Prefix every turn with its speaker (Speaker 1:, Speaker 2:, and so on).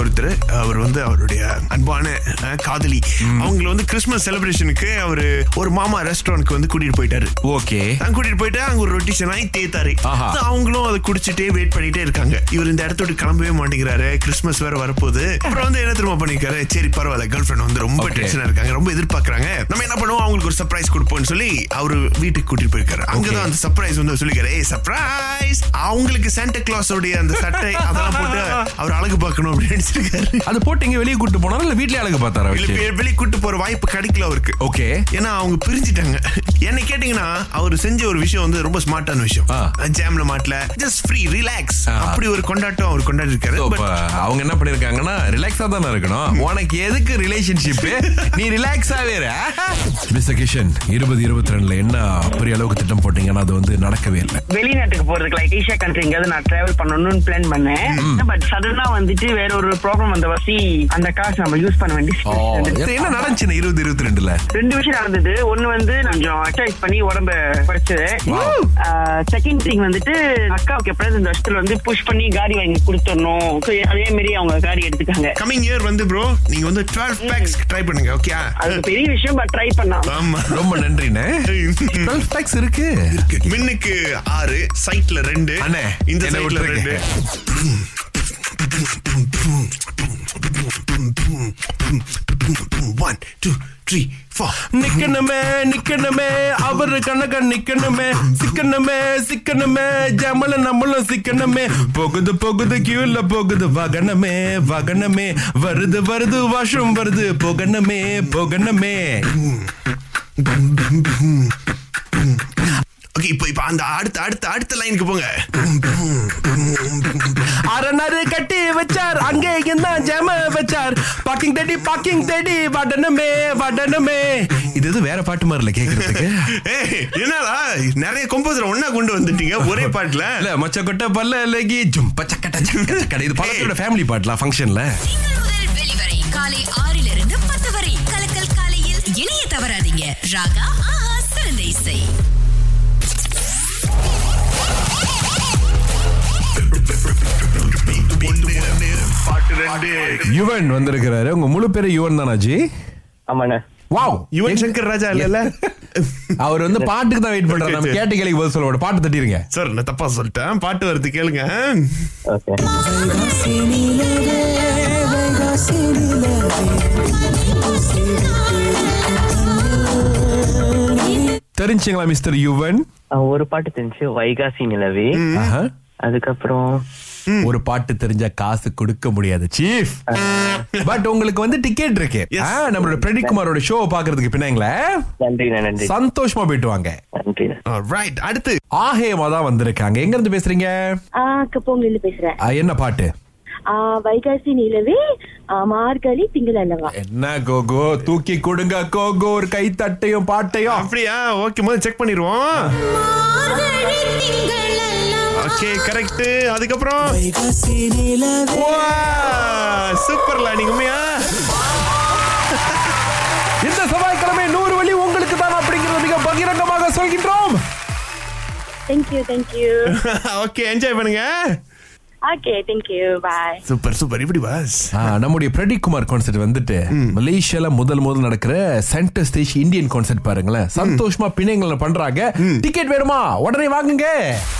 Speaker 1: ஒருத்தர் அவர் வந்து அவருடைய அன்பான அஹ், காதலி அவங்கள வந்து கிறிஸ்மஸ் செலிப்ரேஷனுக்கு அவர் ஒரு மாமா ரெஸ்டாரண்ட்க்கு வந்து கூட்டிட்டு போயிட்டாரு
Speaker 2: ஓகே
Speaker 1: அங்க கூட்டிட்டு போயிட்டு அங்க ஒரு ரொட்டி செனாய் தேத்தாரு
Speaker 2: ஆஹா.
Speaker 1: அது அவங்களும் அதை குடிச்சிட்டே வெயிட் பண்ணிட்டே இருக்காங்க இவர் இந்த இடத்தோட கிளம்பவே மாட்டேங்கிறாரு கிறிஸ்மஸ் வேற வரப்போகுது அப்புறம் வந்து என்ன திரும்ப பண்ணிருக்காரு சரி பரவாயில்ல கேர்ள் ஃபிரெண்ட் வந்து ரொம்ப
Speaker 2: Okay.
Speaker 1: டென்ஷனா இருக்காங்க ரொம்ப எதிர்பார்க்கறாங்க நம்ம என்ன பண்ணுவோம் அவங்களுக்கு ஒரு சர்ப்ரைஸ் கொடுப்போம்னு சொல்லி அவர் வீட்டுக்கு கூட்டிட்டு போயிருக்காரு அங்கதான் அந்த சர்ப்ரைஸ் வந்து சொல்லிக்கிறாரு ஏய் சர்ப்ரைஸ் அவங்களுக்கு சாண்டா கிளாஸ் உடைய அந்த சட்டை அதெல்லாம் போட்டு அவர் அழகு பார்க்கணும் அப்படின்னு நினைச்சிருக்காரு
Speaker 2: அது போட்டு இங்க வெளியே கூட்டு போனாலும் இல்ல வீட்லயே அழகு பார்த்தாரா
Speaker 1: இல்ல,
Speaker 2: வச்சு
Speaker 1: வெளி- வெளிய கூட்டு போற வாய்ப்பு கிடைக்கல அவருக்கு
Speaker 2: ஓகே
Speaker 1: ஏன்னா அவங்க பிரிஞ்சிட்டாங்க என்ன கேட்டீங்கன்னா அவர் செஞ்ச ஒரு விஷயம் வந்து ரொம்ப ஸ்மார்ட்டான விஷயம்
Speaker 2: ஆ.
Speaker 1: ஜாம்ல மாட்டல ஜஸ்ட் ஃப்ரீ ரிலாக்ஸ்
Speaker 2: ஆ.
Speaker 1: அப்படி ஒரு கொண்டாட்டம் அவர் கொண்டாடி இருக்காரு
Speaker 2: So,
Speaker 1: But
Speaker 2: இப்ப அவங்க என்ன பண்ணிருக்காங்கன்னா ரிலாக்ஸா தானே இருக்கணும் உனக்கு எதுக்கு ரிலேஷன்ஷிப் நீ ரிலாக்ஸாவே மிஸ்டர் கிஷன் இருபது இருபத்தி ரெண்டுல என்ன பெரிய அளவுக்கு திட்டம் போட்டீங்கன்னா அது வந்து நடக்கவே இல்லை
Speaker 3: வெளிநாட்டுக்கு போறதுக்கு லைக் ஏஷியா கண்ட்ரி எங்கேயாவது நான் டிராவல் பண்ணணும்னு பிளான் பண்ணேன் பட் சடனா வந்துட்டு வேற ஒரு ப்ராப்ளம் வந்த வசி அந்த காசு நம்ம யூஸ் பண்ண வேண்டிய
Speaker 2: ஓ,
Speaker 3: situation வந்துச்சு.
Speaker 2: என்ன நடந்துச்சுன்னு இருபது இருபத்தி ரெண்டுல
Speaker 3: ரெண்டு விஷயம் நடந்தது ஒண்ணு வந்து கொஞ்சம் எக்ஸசைஸ் பண்ணி உடம்ப குறைச்சது
Speaker 2: Wow.
Speaker 3: செகண்ட் திங் வந்துட்டு அக்காவுக்கு எப்படியாவது இந்த வருஷத்துல வந்து புஷ் பண்ணி காடி வாங்கி கொடுத்துடணும் So, அதே மாதிரி அவங்க காடி எடுத்துட்டாங்க
Speaker 1: coming year வந்து ப்ரோ நீங்க வந்து 12 packs ட்ரை பண்ணுங்க ஓகே
Speaker 3: அது ஒரு பெரிய விஷயம் பட் ட்ரை பண்ணலாம்
Speaker 1: ஆமா
Speaker 2: ரொம்ப நன்றிண்ணே 12 packs இருக்கு
Speaker 1: மின்னுக்கு ஆறு சைட்ல ரெண்டு
Speaker 2: அண்ணே,
Speaker 1: இந்த
Speaker 2: என்னை
Speaker 1: சைட்ல
Speaker 2: விட்டுருங்க.
Speaker 1: ரெண்டு ஒன் டூ த்ரீ ஃபோர்
Speaker 2: நிக்கணுமே நிக்கணுமே அவரு கணக்க நிக்கணுமே சிக்கணுமே சிக்கணுமே ஜமல நம்மளும் சிக்கணுமே போகுது போகுது கியூல போகுது வகனமே வகனமே வருது வருது வருஷம் வருது போகணுமே போகணுமே
Speaker 1: ஓகே இப்போ இப்போ அந்த அடுத்த அடுத்த அடுத்த லைனுக்கு போங்க
Speaker 2: அரணாறு கட்டி வச்சார் அங்கே தான் ஜம வச்சார் பாக்கிங் தேடி பாக்கிங் தேடி வடனமே வடனமே இது எதுவும் வேற பாட்டு மாதிரி இல்ல கேக்குறதுக்கு
Speaker 1: ஏய், என்னடா நிறைய கம்போசர் ஒண்ணா கொண்டு வந்துட்டீங்க ஒரே பாட்டுல
Speaker 2: இல்ல மச்ச கொட்டை பல்ல இலகி ஜும்ப சக்கட்ட சக்கட்ட சக்கட இது படத்தோட ஃபேமிலி பாட்டுலாம் ஃபங்க்ஷன்ல
Speaker 4: திங்கள் முதல் வெளிவரை காலை ஆறிலிருந்து பத்து வரை கலக்கல் காலையில் இணைய தவறாதீங்க ராகா ஆஹா சிறந்த இசை
Speaker 2: யுவன் வந்திருக்கிறாரு உங்க முழு பேரு யுவன் தானாஜி
Speaker 5: ஆமாண்ணே
Speaker 2: வாவ்
Speaker 1: யுவன் சங்கர் ராஜா இல்லல
Speaker 2: அவர் வந்து பாட்டுக்கு தான் வெயிட் பண்றாரு நம்ம கேட்ட கேள்விக்கு பதில் சொல்ல மாட்டோம். பாட்டு தட்டிருங்க
Speaker 1: சார் நான் தப்பா சொல்லிட்டேன் பாட்டு வருது கேளுங்க
Speaker 5: ஓகே
Speaker 2: தெரிஞ்சுங்களா மிஸ்டர் யுவன்
Speaker 5: ஒரு பாட்டு தெரிஞ்சு வைகாசி நிலவே
Speaker 2: ஆஹா.
Speaker 5: அதுக்கப்புறம்
Speaker 2: ஒரு பாட்டு தெரிஞ்சா காசு கொடுக்க முடியாது சீஃப் பட் உங்களுக்கு வந்து டிக்கெட் இருக்கு
Speaker 1: Yes.
Speaker 2: ஆ, நம்மளோட பிரதீப் குமாரோட ஷோ பாக்குறதுக்கு பின்னாங்களே
Speaker 5: நன்றிண்ணே நன்றி
Speaker 2: சந்தோஷமா போயிட்டு வாங்க
Speaker 5: நன்றிண்ணே
Speaker 1: ரைட் அடுத்து
Speaker 2: ஆஹேமா தான் வந்திருக்காங்க எங்க இருந்து பேசுறீங்க
Speaker 6: ஆ, கப்போங்கிலிருந்து பேசுறேன்
Speaker 2: ஆ, என்ன பாட்டு
Speaker 6: ஆ, வைகாசி நிலவே ஆ, மார்கழி திங்கள் அல்லவா
Speaker 2: என்ன கோகோ தூக்கி கொடுங்க கோகோ ஒரு கை தட்டையும் பாட்டையும்
Speaker 1: அப்படியா ஓகே முதல்ல செக் பண்ணிடுவோம் ஓகே கரெக்ட் அதுக்கப்புறம் சூப்பர்ல நீங்க உண்மையா
Speaker 2: இந்த செவ்வாய்க்கிழமை நூறு வழி உங்களுக்கு தான் அப்படிங்கிறது மிக பகிரங்கமாக சொல்கின்றோம்
Speaker 6: தேங்க்யூ தேங்க்யூ
Speaker 1: ஓகே என்ஜாய் பண்ணுங்க
Speaker 6: okay thank you bye
Speaker 1: super super இப்படி பாஸ்
Speaker 2: ஆ, நம்முடைய பிரதீப் குமார் கான்சர்ட் வந்துட்டு மலேசியால முதல் முதல் நடக்கிற சென்டர் ஸ்டேஜ் இந்தியன் கான்சர்ட் பாருங்களேன் சந்தோஷமா பிணைங்களை பண்றாங்க டிக்கெட் வேணுமா உடனே வாங்குங்க